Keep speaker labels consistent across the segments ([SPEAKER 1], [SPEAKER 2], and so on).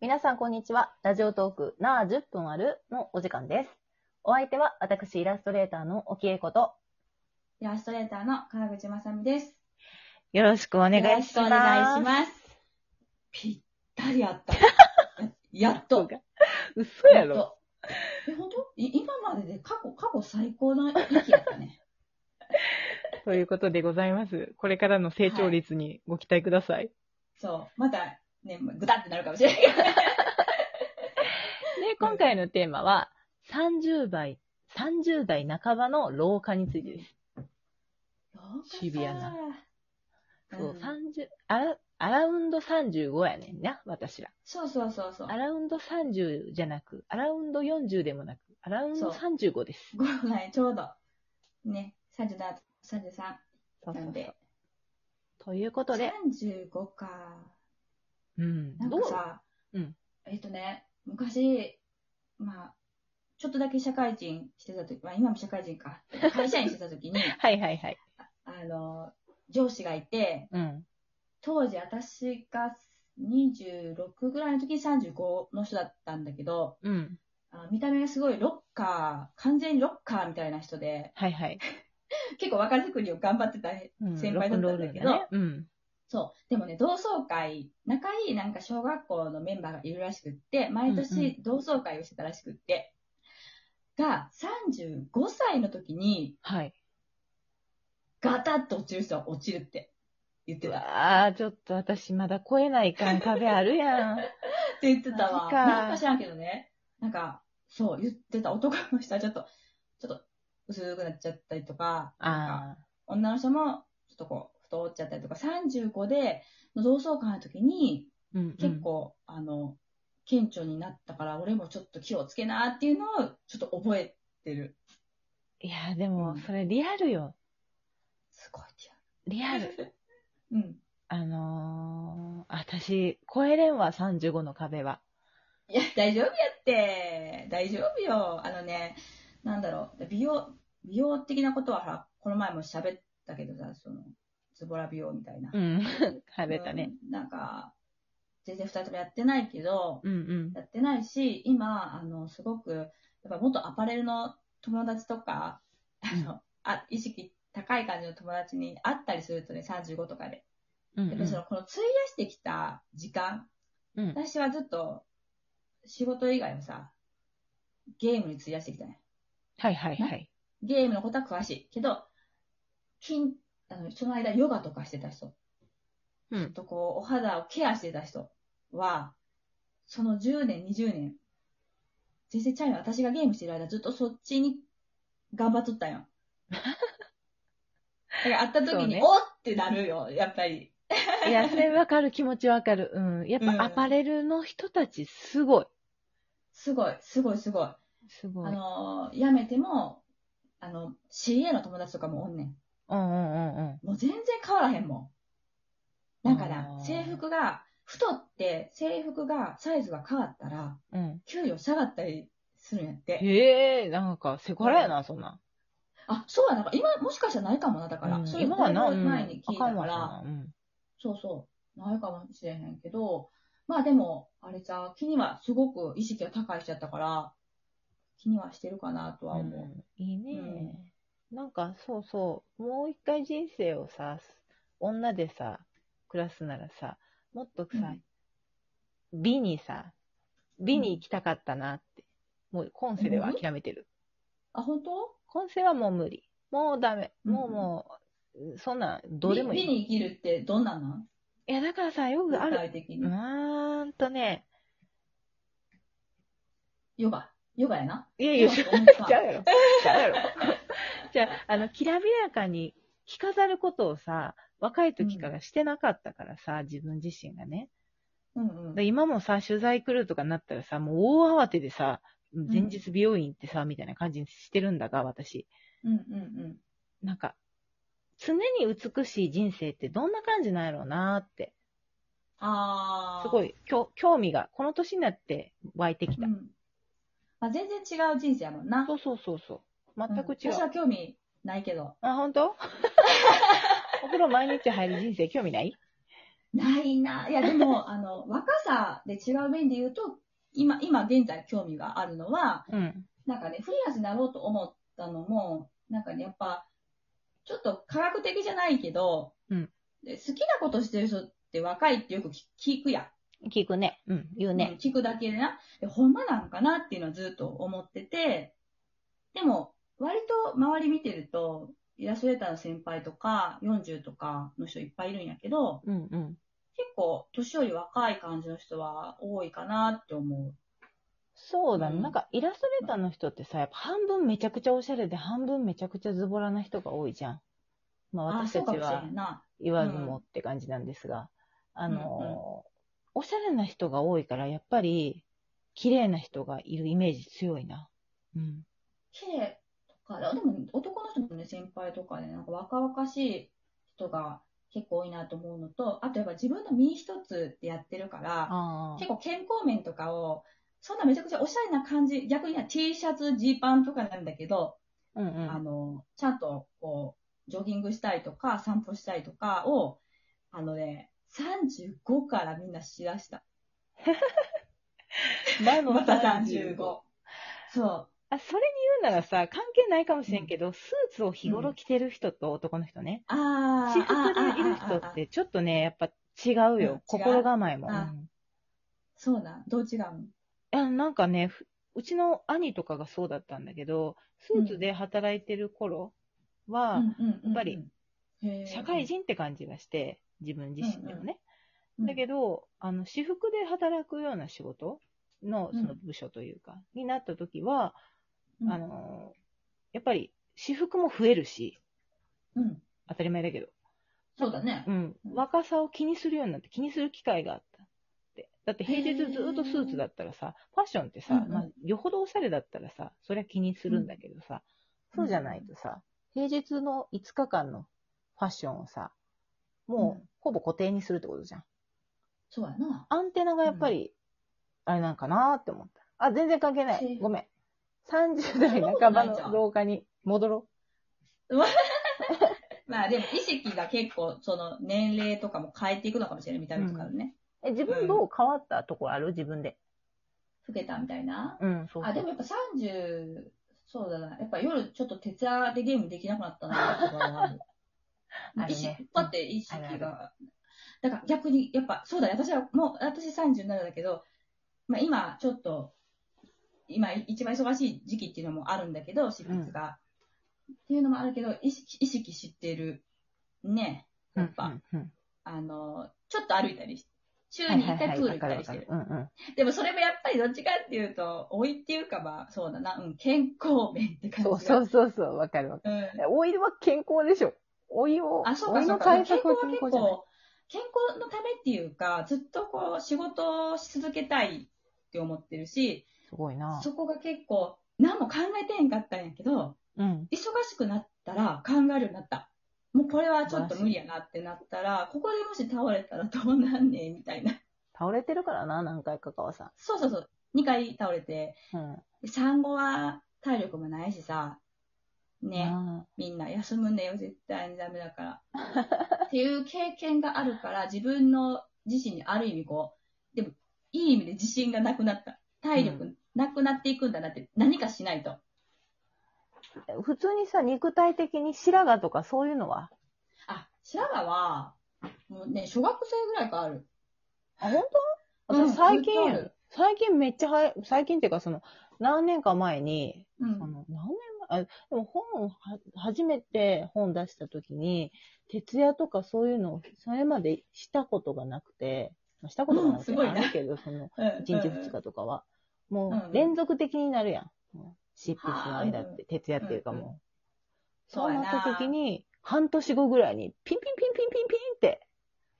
[SPEAKER 1] 皆さん、こんにちは。ラジオトーク、なあ10分あるのお時間です。お相手は、私、イラストレーターの沖江子と、
[SPEAKER 2] イラストレーターの川口まさみです。
[SPEAKER 1] よろしくお願いします。
[SPEAKER 2] よろしくお願いします。ぴったり あった。ややっと。
[SPEAKER 1] 嘘やろ。
[SPEAKER 2] とえ、本当？い今までで過去、過去最高の域やった ね。
[SPEAKER 1] ということでございます。これからの成長率にご期待ください。
[SPEAKER 2] そう。また、ね、ぐたってなるかもしれないけど。
[SPEAKER 1] で、今回のテーマは、30代、30代半ばの老化についてです。シビアな。そう、
[SPEAKER 2] ん
[SPEAKER 1] 30アラ、アラウンド35やねんな、私ら。
[SPEAKER 2] そうそうそうそう
[SPEAKER 1] ア。ラウンド30じゃなく、アラウンド40でもなく、アラウンド35です。
[SPEAKER 2] ごめん、ちょうど。ね、37、33
[SPEAKER 1] そうそう
[SPEAKER 2] な
[SPEAKER 1] んそう
[SPEAKER 2] で。。
[SPEAKER 1] ということで、
[SPEAKER 2] 35か。
[SPEAKER 1] うん。
[SPEAKER 2] なん
[SPEAKER 1] どう
[SPEAKER 2] かさ、
[SPEAKER 1] うん
[SPEAKER 2] えっとね、昔、まあ、ちょっとだけ社会人してた時、まあ今も社会人か、会社員してた時 に、
[SPEAKER 1] はいはいはい。
[SPEAKER 2] あの、上司がいて、
[SPEAKER 1] うん。
[SPEAKER 2] 当時私が26ぐらいの時に35の人だったんだけど、
[SPEAKER 1] うん。
[SPEAKER 2] あ見た目がすごいロッカー、完全にロッカーみたいな人で、
[SPEAKER 1] はいはい。
[SPEAKER 2] 結構若作りを頑張ってた。
[SPEAKER 1] うん
[SPEAKER 2] 先輩だったんだけど
[SPEAKER 1] ロックンロールのね
[SPEAKER 2] そう。でもね、同窓会、仲いいなんか小学校のメンバーがいるらしくって、毎年同窓会をしてたらしくって、が、35歳の時に、
[SPEAKER 1] うん。はい。
[SPEAKER 2] ガタッと落ちる人は落ちるって言って
[SPEAKER 1] う
[SPEAKER 2] た。っ
[SPEAKER 1] わー、ちょっと私まだ超えないかん壁ある やん。
[SPEAKER 2] て言ってたわ。
[SPEAKER 1] マジか
[SPEAKER 2] なんか知らんけどね。なんか、そう、言ってた男の人はちょっと、ちょっと薄くなっちゃったりとか、なんか
[SPEAKER 1] あ
[SPEAKER 2] 女の人もちょっとこう、太っちゃったりとか、35での同窓会の時に、
[SPEAKER 1] ー。うん、うん。
[SPEAKER 2] 結。構、あの、顕著になったから、俺もちょっと気をつけなっていうのを、ちょっと覚えてる。
[SPEAKER 1] いや、で
[SPEAKER 2] う
[SPEAKER 1] も
[SPEAKER 2] ん、
[SPEAKER 1] それリアルよ。
[SPEAKER 2] すごいリ
[SPEAKER 1] リア ル。
[SPEAKER 2] アル。うん。
[SPEAKER 1] あのー、私、超えれんわ、35の壁は。
[SPEAKER 2] いや、大丈夫やって。大丈夫よ。あのね、なんだろう、美容、美容的なことはほら、この前も喋ったけどさ、その、ズボラ美容みたいな。
[SPEAKER 1] うん。喋ったね。
[SPEAKER 2] うんなんか、全然二人ともやってないけど、
[SPEAKER 1] うんうん。
[SPEAKER 2] やってないし、今、あの、すごく、やっぱ元アパレルの友達とか、あの、あ意識高い感じの友達に会ったりするとね、35とかで。
[SPEAKER 1] うん
[SPEAKER 2] やっ
[SPEAKER 1] う
[SPEAKER 2] ぱりそ
[SPEAKER 1] ん
[SPEAKER 2] の、この費やしてきた時間、
[SPEAKER 1] うん。
[SPEAKER 2] 私はずっと、仕事以外はさ、ゲームに費やしてきたね。
[SPEAKER 1] はいはいはい。
[SPEAKER 2] ゲームのことは詳しいけど、筋、あの、その間ヨガとかしてた人、
[SPEAKER 1] う
[SPEAKER 2] ちょっ
[SPEAKER 1] ん。
[SPEAKER 2] とこう、お肌をケアしてた人は、その10年、20年、全然ちゃうよ。私がゲームしてる間、ずっとそっちに頑張っとった んよ。だから会った
[SPEAKER 1] そ
[SPEAKER 2] 時
[SPEAKER 1] う
[SPEAKER 2] に、
[SPEAKER 1] ね
[SPEAKER 2] おっってなるよ、やっぱり。
[SPEAKER 1] いや、それわかる、気持ちわかる。うん。やっ
[SPEAKER 2] うん
[SPEAKER 1] ぱアパレルの人たち、すごい。
[SPEAKER 2] すごい、すごい、すごい。
[SPEAKER 1] すご
[SPEAKER 2] あ
[SPEAKER 1] い。
[SPEAKER 2] のー、辞めても、あの、CA の友達とかもおんねん。
[SPEAKER 1] うんうんうんうん。
[SPEAKER 2] もう全然変わらへんもん。なんかな
[SPEAKER 1] あ、ー
[SPEAKER 2] 制服が、太って制服が、サイズが変わったら、
[SPEAKER 1] うん。
[SPEAKER 2] 給料下がったりするんやって。
[SPEAKER 1] へえ、なんか、セクハラやな、そんなん。
[SPEAKER 2] あ、そうや、なんか今、もしかしたらないかもな、だから。
[SPEAKER 1] うん
[SPEAKER 2] それ
[SPEAKER 1] 今はな、
[SPEAKER 2] だいぶ前に聞い
[SPEAKER 1] あ
[SPEAKER 2] た
[SPEAKER 1] か
[SPEAKER 2] か
[SPEAKER 1] んわ
[SPEAKER 2] ら、
[SPEAKER 1] な。うん。
[SPEAKER 2] そうそう、ないかもしれへんけど、まあでも、あれじゃ気にはすごく意識が高いしちゃったから、気にはしてるかなとは思う。
[SPEAKER 1] うん、いいね、なんかそうそうもう一回人生をさ女でさ暮らすならさもっとさ、美にさ美に行きたかったなって、もう今世では諦めてる、
[SPEAKER 2] あ、本当
[SPEAKER 1] 今世はもう無理もうダメ
[SPEAKER 2] うん
[SPEAKER 1] もうもう、そんなんどうでもい
[SPEAKER 2] 美
[SPEAKER 1] い
[SPEAKER 2] 美に生きるってどんなの
[SPEAKER 1] いやだからさよ
[SPEAKER 2] 具
[SPEAKER 1] くある
[SPEAKER 2] 体的
[SPEAKER 1] う
[SPEAKER 2] に。
[SPEAKER 1] ーんとね
[SPEAKER 2] ヨガ。ヨガやな。
[SPEAKER 1] いやい
[SPEAKER 2] ヨ
[SPEAKER 1] や
[SPEAKER 2] ガ
[SPEAKER 1] ち
[SPEAKER 2] と
[SPEAKER 1] ゃ
[SPEAKER 2] 思った
[SPEAKER 1] うやろ ちゃうやろじゃああのきらびやかに着飾ることをさ若い時からしてなかったからさ、自分自身がね
[SPEAKER 2] うんうん。
[SPEAKER 1] で今もさ取材来るとかになったらさもう大慌てでさ前日美容院行ってさ、みたいな感じにしてるんだが私
[SPEAKER 2] うんうん
[SPEAKER 1] なんか常に美しい人生ってどんな感じなんやろうなって
[SPEAKER 2] うん。あ
[SPEAKER 1] す
[SPEAKER 2] ー。
[SPEAKER 1] ごい興興味がこの年になって湧いてき
[SPEAKER 2] う
[SPEAKER 1] た、
[SPEAKER 2] ん。まあ、全然違う人生やもんな。
[SPEAKER 1] そうそうそうそう全く違う、
[SPEAKER 2] うん私は興味ないけど。
[SPEAKER 1] あ、本当？お風呂毎日入る人生興味ない
[SPEAKER 2] ないな。いや、で も、あの、若さで違う面で言うと、今、今現在興味があるのは、
[SPEAKER 1] うん。
[SPEAKER 2] なんかね、フリーランスになろうと思ったのも、なんかね、やっぱ、ちょっと科学的じゃないけど、
[SPEAKER 1] うん
[SPEAKER 2] で好きなことしてる人って若いってよく聞聞くや。
[SPEAKER 1] 聞くね。うん。言うんね。
[SPEAKER 2] 聞くだけでな。でほんまなんかなっていうのはずっと思ってて、でも、割と周り見てると、イラストレーターの先輩とか、40とかの人いっぱいいるんやけど、
[SPEAKER 1] うんうん。
[SPEAKER 2] 結構年より若い感じの人は多いかなって思
[SPEAKER 1] そうだね、
[SPEAKER 2] うん
[SPEAKER 1] なんかイラストレーターの人ってさ、やっぱ半分めちゃくちゃおしゃれで、半分めちゃくちゃズボラな人が多いじゃん。まあ
[SPEAKER 2] う。あ、
[SPEAKER 1] 私
[SPEAKER 2] そ
[SPEAKER 1] た
[SPEAKER 2] うか
[SPEAKER 1] ち
[SPEAKER 2] もしれ
[SPEAKER 1] は
[SPEAKER 2] んな。
[SPEAKER 1] 言わずもって感じなんですが、あのー、おしゃれな人が多いから、やっぱり綺麗な人がいるイメージ強いな。うん。
[SPEAKER 2] 綺麗とか、でも男の人のね、先輩とかね、なんか若々しい人が結構多いなと思うのと、あとやっぱ自分の身一つでやってるから、
[SPEAKER 1] あ
[SPEAKER 2] 結構健康面とかを、そんなめちゃくちゃおしゃれな感じ、逆には T シャツ、ジーパンとかなんだけど、
[SPEAKER 1] あ。うんうん。
[SPEAKER 2] あの、ちゃんと、こう、ジョギングしたりとか、散歩したりとかを、あのね、35からみんなしだした。
[SPEAKER 1] 前も
[SPEAKER 2] また
[SPEAKER 1] 35
[SPEAKER 2] 35。そ
[SPEAKER 1] あ、それに言うならさ、関係ないかもしれんけど、スーツを日頃着てる人と男の人ね。
[SPEAKER 2] う。ああ。
[SPEAKER 1] 私服でいる人
[SPEAKER 2] あーあーあーあ
[SPEAKER 1] っ
[SPEAKER 2] ー
[SPEAKER 1] てちょっとね、やっぱ違う
[SPEAKER 2] うん違う
[SPEAKER 1] よ。心構えも。う
[SPEAKER 2] あ
[SPEAKER 1] ん
[SPEAKER 2] そうなん。どう違うの
[SPEAKER 1] いや、なんかね、ふうちの兄とかがそうだったんだけど、スーツで働いてる頃は、
[SPEAKER 2] や
[SPEAKER 1] っぱり、
[SPEAKER 2] へー
[SPEAKER 1] 社会。人って感じがして、自分自身でもね。
[SPEAKER 2] うん
[SPEAKER 1] だけど、あの、私服で働くような仕事の、
[SPEAKER 2] うん
[SPEAKER 1] その部署というか、になった時は、
[SPEAKER 2] うん
[SPEAKER 1] あのー、やっぱり、私服も増えるし、
[SPEAKER 2] うん。
[SPEAKER 1] 当たり前だけど、
[SPEAKER 2] そうだね
[SPEAKER 1] う。ん、
[SPEAKER 2] うん
[SPEAKER 1] 若さを気にするようになって、気にする機会があったって。だって平日ずっとスーツだったらさ、ファッションってさ、
[SPEAKER 2] うんうん
[SPEAKER 1] まあ、よほどおしゃれだったらさ、そりゃ気にするんだけどさ、そうじゃないとさ、平日の5日間のファッションをさ、も
[SPEAKER 2] う
[SPEAKER 1] うほぼ固定にするってことじゃん。
[SPEAKER 2] そうやな。
[SPEAKER 1] アンテナがやっぱり、あれなんかなーって思った。あ、全然関係な
[SPEAKER 2] へ
[SPEAKER 1] い。
[SPEAKER 2] ー
[SPEAKER 1] ごめん。30代
[SPEAKER 2] そんなこと
[SPEAKER 1] 半
[SPEAKER 2] な
[SPEAKER 1] ば
[SPEAKER 2] いじゃん
[SPEAKER 1] の廊下に戻ろ
[SPEAKER 2] まあでも意識が結構、その年齢とかも変えていくのかもしれない、見た目とかのね。
[SPEAKER 1] う。え、自分どう変わったとこある自分で。
[SPEAKER 2] 老けたみたいな。
[SPEAKER 1] うん、そうそう。
[SPEAKER 2] あ、でもやっぱ30、そうだな。やっぱ夜ちょっと徹夜でゲームできなくなったなとかはある
[SPEAKER 1] ある
[SPEAKER 2] 意識
[SPEAKER 1] ね
[SPEAKER 2] だって意識
[SPEAKER 1] あるある
[SPEAKER 2] が。だから逆に、やっぱそうだね。私はもう、私37だけど、まあ今ちょっと、今一番忙しい時期っていうのもあるんだけど、執筆が。っていうのもあるけど、意識意識してる。ね。やっぱ、
[SPEAKER 1] うんうんうん
[SPEAKER 2] あの、ちょっと歩いたりして。週に1回プール行ったりしてる。
[SPEAKER 1] うんうん。
[SPEAKER 2] でもそれもやっぱりどっちかっていうと、老いっていうかまあ、そうだな、うん、健康面って感じ
[SPEAKER 1] そ
[SPEAKER 2] が。。
[SPEAKER 1] うそううそうそう、わかるわか
[SPEAKER 2] うん。
[SPEAKER 1] る。老いは健康でしょ。老いを、
[SPEAKER 2] あ、そう
[SPEAKER 1] 老
[SPEAKER 2] か、
[SPEAKER 1] い
[SPEAKER 2] そう
[SPEAKER 1] の
[SPEAKER 2] か。
[SPEAKER 1] 対
[SPEAKER 2] 健
[SPEAKER 1] 策
[SPEAKER 2] 康
[SPEAKER 1] は
[SPEAKER 2] は
[SPEAKER 1] 健
[SPEAKER 2] 結
[SPEAKER 1] 康じゃない。
[SPEAKER 2] 構、健康のためっていうか、ずっとこう、仕事をし続けたいって思ってるし、
[SPEAKER 1] すごいな。
[SPEAKER 2] そこが結構、何も考えてへんかったんやけど、
[SPEAKER 1] うん。
[SPEAKER 2] 忙しくなったら考えるようになった。もうこれはちょっと無理やなってなったら、ここでもし倒れたらどうなんねんみたいな。
[SPEAKER 1] 倒れてるからな、何回か川さ
[SPEAKER 2] そうそうそう。2回倒れて、
[SPEAKER 1] ん。うん。
[SPEAKER 2] で産後は体力もないしさ、ね。
[SPEAKER 1] あ
[SPEAKER 2] みんな休むんだよ、絶対にダメだ から。っていう経験があるから、自分の自身にある意味こう、でも、いい意味で自信がなくなった。体
[SPEAKER 1] う
[SPEAKER 2] 力なくなっていくんだなって、何かしないと。
[SPEAKER 1] ー普通にさ、肉体的に白髪とかそういうのは
[SPEAKER 2] あ、白髪は、もうね、小学生ぐらいからある。
[SPEAKER 1] あ、本当
[SPEAKER 2] うん
[SPEAKER 1] 私最近、
[SPEAKER 2] ずっとある
[SPEAKER 1] 最近めっちゃはや、最近っていうかその、何年か前に、
[SPEAKER 2] う
[SPEAKER 1] あ
[SPEAKER 2] ん。
[SPEAKER 1] の、何年前、あ、でも本をは、初めて本出した時に、徹夜とかそういうのを、それまでしたことがなくて、まあしたことがなくて、
[SPEAKER 2] うんすごいな
[SPEAKER 1] あるけど、その、
[SPEAKER 2] うん
[SPEAKER 1] 1日2日とかは。も
[SPEAKER 2] うん
[SPEAKER 1] う、連続的になるやん。もう執筆の間
[SPEAKER 2] はあ
[SPEAKER 1] っ
[SPEAKER 2] う
[SPEAKER 1] て、徹夜っていうか
[SPEAKER 2] うん
[SPEAKER 1] もう。
[SPEAKER 2] そ
[SPEAKER 1] そうう
[SPEAKER 2] や
[SPEAKER 1] な
[SPEAKER 2] な
[SPEAKER 1] った時に、半年後ぐらいに、ピンピンピンピンピンピンって、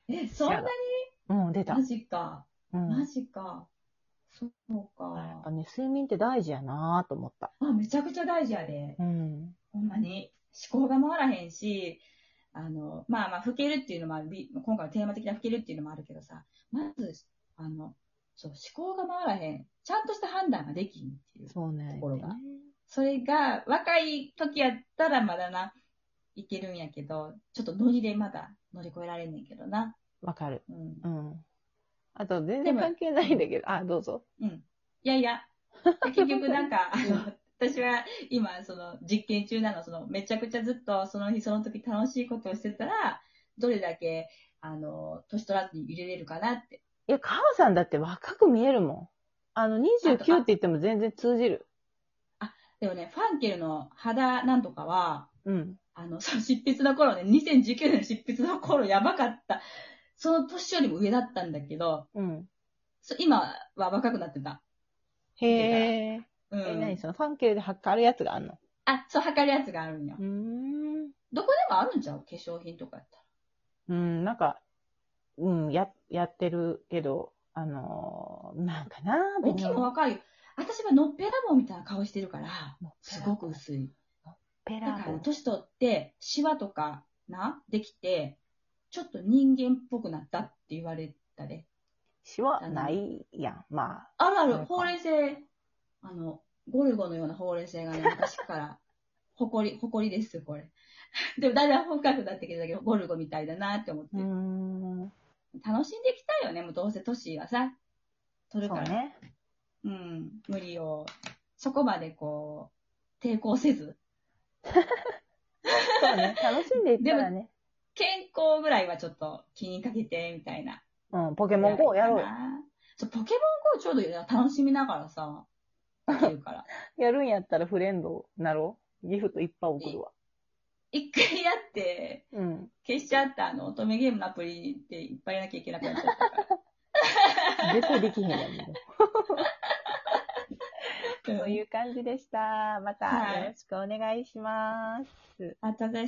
[SPEAKER 2] うんえ、そんなに
[SPEAKER 1] うん、出た
[SPEAKER 2] マ。ジか。
[SPEAKER 1] うん。
[SPEAKER 2] マ
[SPEAKER 1] や
[SPEAKER 2] ジか。そう
[SPEAKER 1] っぱ
[SPEAKER 2] か。
[SPEAKER 1] ね、睡眠って大事やなぁと思った。
[SPEAKER 2] あ、めちゃくちゃ大事やで。
[SPEAKER 1] うん。
[SPEAKER 2] ほんまに思考が回らへんし、あの、まあまあ、老けるっていうのもある、び今回のテーマ的な老けるっていうのもあるけどさ、まず、あの、そう、思考が回らへん。ちゃんとした判断ができんっていう。
[SPEAKER 1] そうね。
[SPEAKER 2] ところがそれが、若い時やったらまだな、いけるんやけど、ちょっとノリでまだ乗り越えられんねんけどな。
[SPEAKER 1] わかる。
[SPEAKER 2] うん
[SPEAKER 1] うん。あと、全
[SPEAKER 2] で
[SPEAKER 1] 然
[SPEAKER 2] も
[SPEAKER 1] 関係ないんだけど、あ、どうぞ。
[SPEAKER 2] うん。いや いや、結局なんか、あの、私は今、その、実験中なの、その、めちゃくちゃずっと、その日その時楽しいことをしてたら、どれだけ、あの、年取らずに入れれるかなって。
[SPEAKER 1] いや、カオさんだって若く見えるもん。あの、29って言っても全然通じる。
[SPEAKER 2] でもね、ファンケルの肌なんとかは、
[SPEAKER 1] うん。
[SPEAKER 2] あの、その執筆の頃ね、2019年の執筆の頃やばかった。その年よりも上だったんだけど、
[SPEAKER 1] うん。
[SPEAKER 2] そ今は若くなってた。
[SPEAKER 1] へえ。
[SPEAKER 2] うん。
[SPEAKER 1] え、何そのファンケルで測るやつがあんの
[SPEAKER 2] あ、そう、測るやつがあるんよ
[SPEAKER 1] う。ーん。
[SPEAKER 2] どこでもあるんじゃん化粧品とかやったら。
[SPEAKER 1] うん、なんか、うん、や、やってるけど、あのーなんかな
[SPEAKER 2] 大きいも
[SPEAKER 1] も
[SPEAKER 2] 若いよ。私はのっぺらぼうみたいな顔してるから、すごく薄い。
[SPEAKER 1] ペ
[SPEAKER 2] だ
[SPEAKER 1] ラ
[SPEAKER 2] から、
[SPEAKER 1] ボ
[SPEAKER 2] 年取って、シワとかな、できて、ちょっと人間っぽくなったって言われたで。
[SPEAKER 1] しはないやん。まあ、
[SPEAKER 2] あるあ
[SPEAKER 1] そう
[SPEAKER 2] る、
[SPEAKER 1] か
[SPEAKER 2] ほうれい線。あの、ゴルゴのようなほうれい線 がね、昔から、誇り、誇りです、これ。 でも、だんだん深くなってきたけど、ゴルゴみたいだなって思って。
[SPEAKER 1] うーん、
[SPEAKER 2] 楽しんでいきたいよね、もうどうせ年がさ、取る
[SPEAKER 1] そ
[SPEAKER 2] か
[SPEAKER 1] う
[SPEAKER 2] ら。
[SPEAKER 1] ね。
[SPEAKER 2] うん、無理を、そこまでこう、抵抗せず、
[SPEAKER 1] そうね。楽しんでいったらね。
[SPEAKER 2] 健康ぐらいはちょっと気にかけて、みたいな。
[SPEAKER 1] うん、ポケモン GO やろうよ。
[SPEAKER 2] そう、ポケモン GO ちょうど楽しみながらさ、できるから。
[SPEAKER 1] やるんやったらフレンドなろう。ギフトいっぱい送るわ。
[SPEAKER 2] 一回やって、
[SPEAKER 1] うん。
[SPEAKER 2] 消しちゃったあの、乙女ゲームのアプリっていっぱいやらなきゃいけなくなっちゃったか
[SPEAKER 1] 絶対できへんやん。 もう
[SPEAKER 2] ら。
[SPEAKER 1] という感じでした。またよろしくお願いします。
[SPEAKER 2] あ、ただ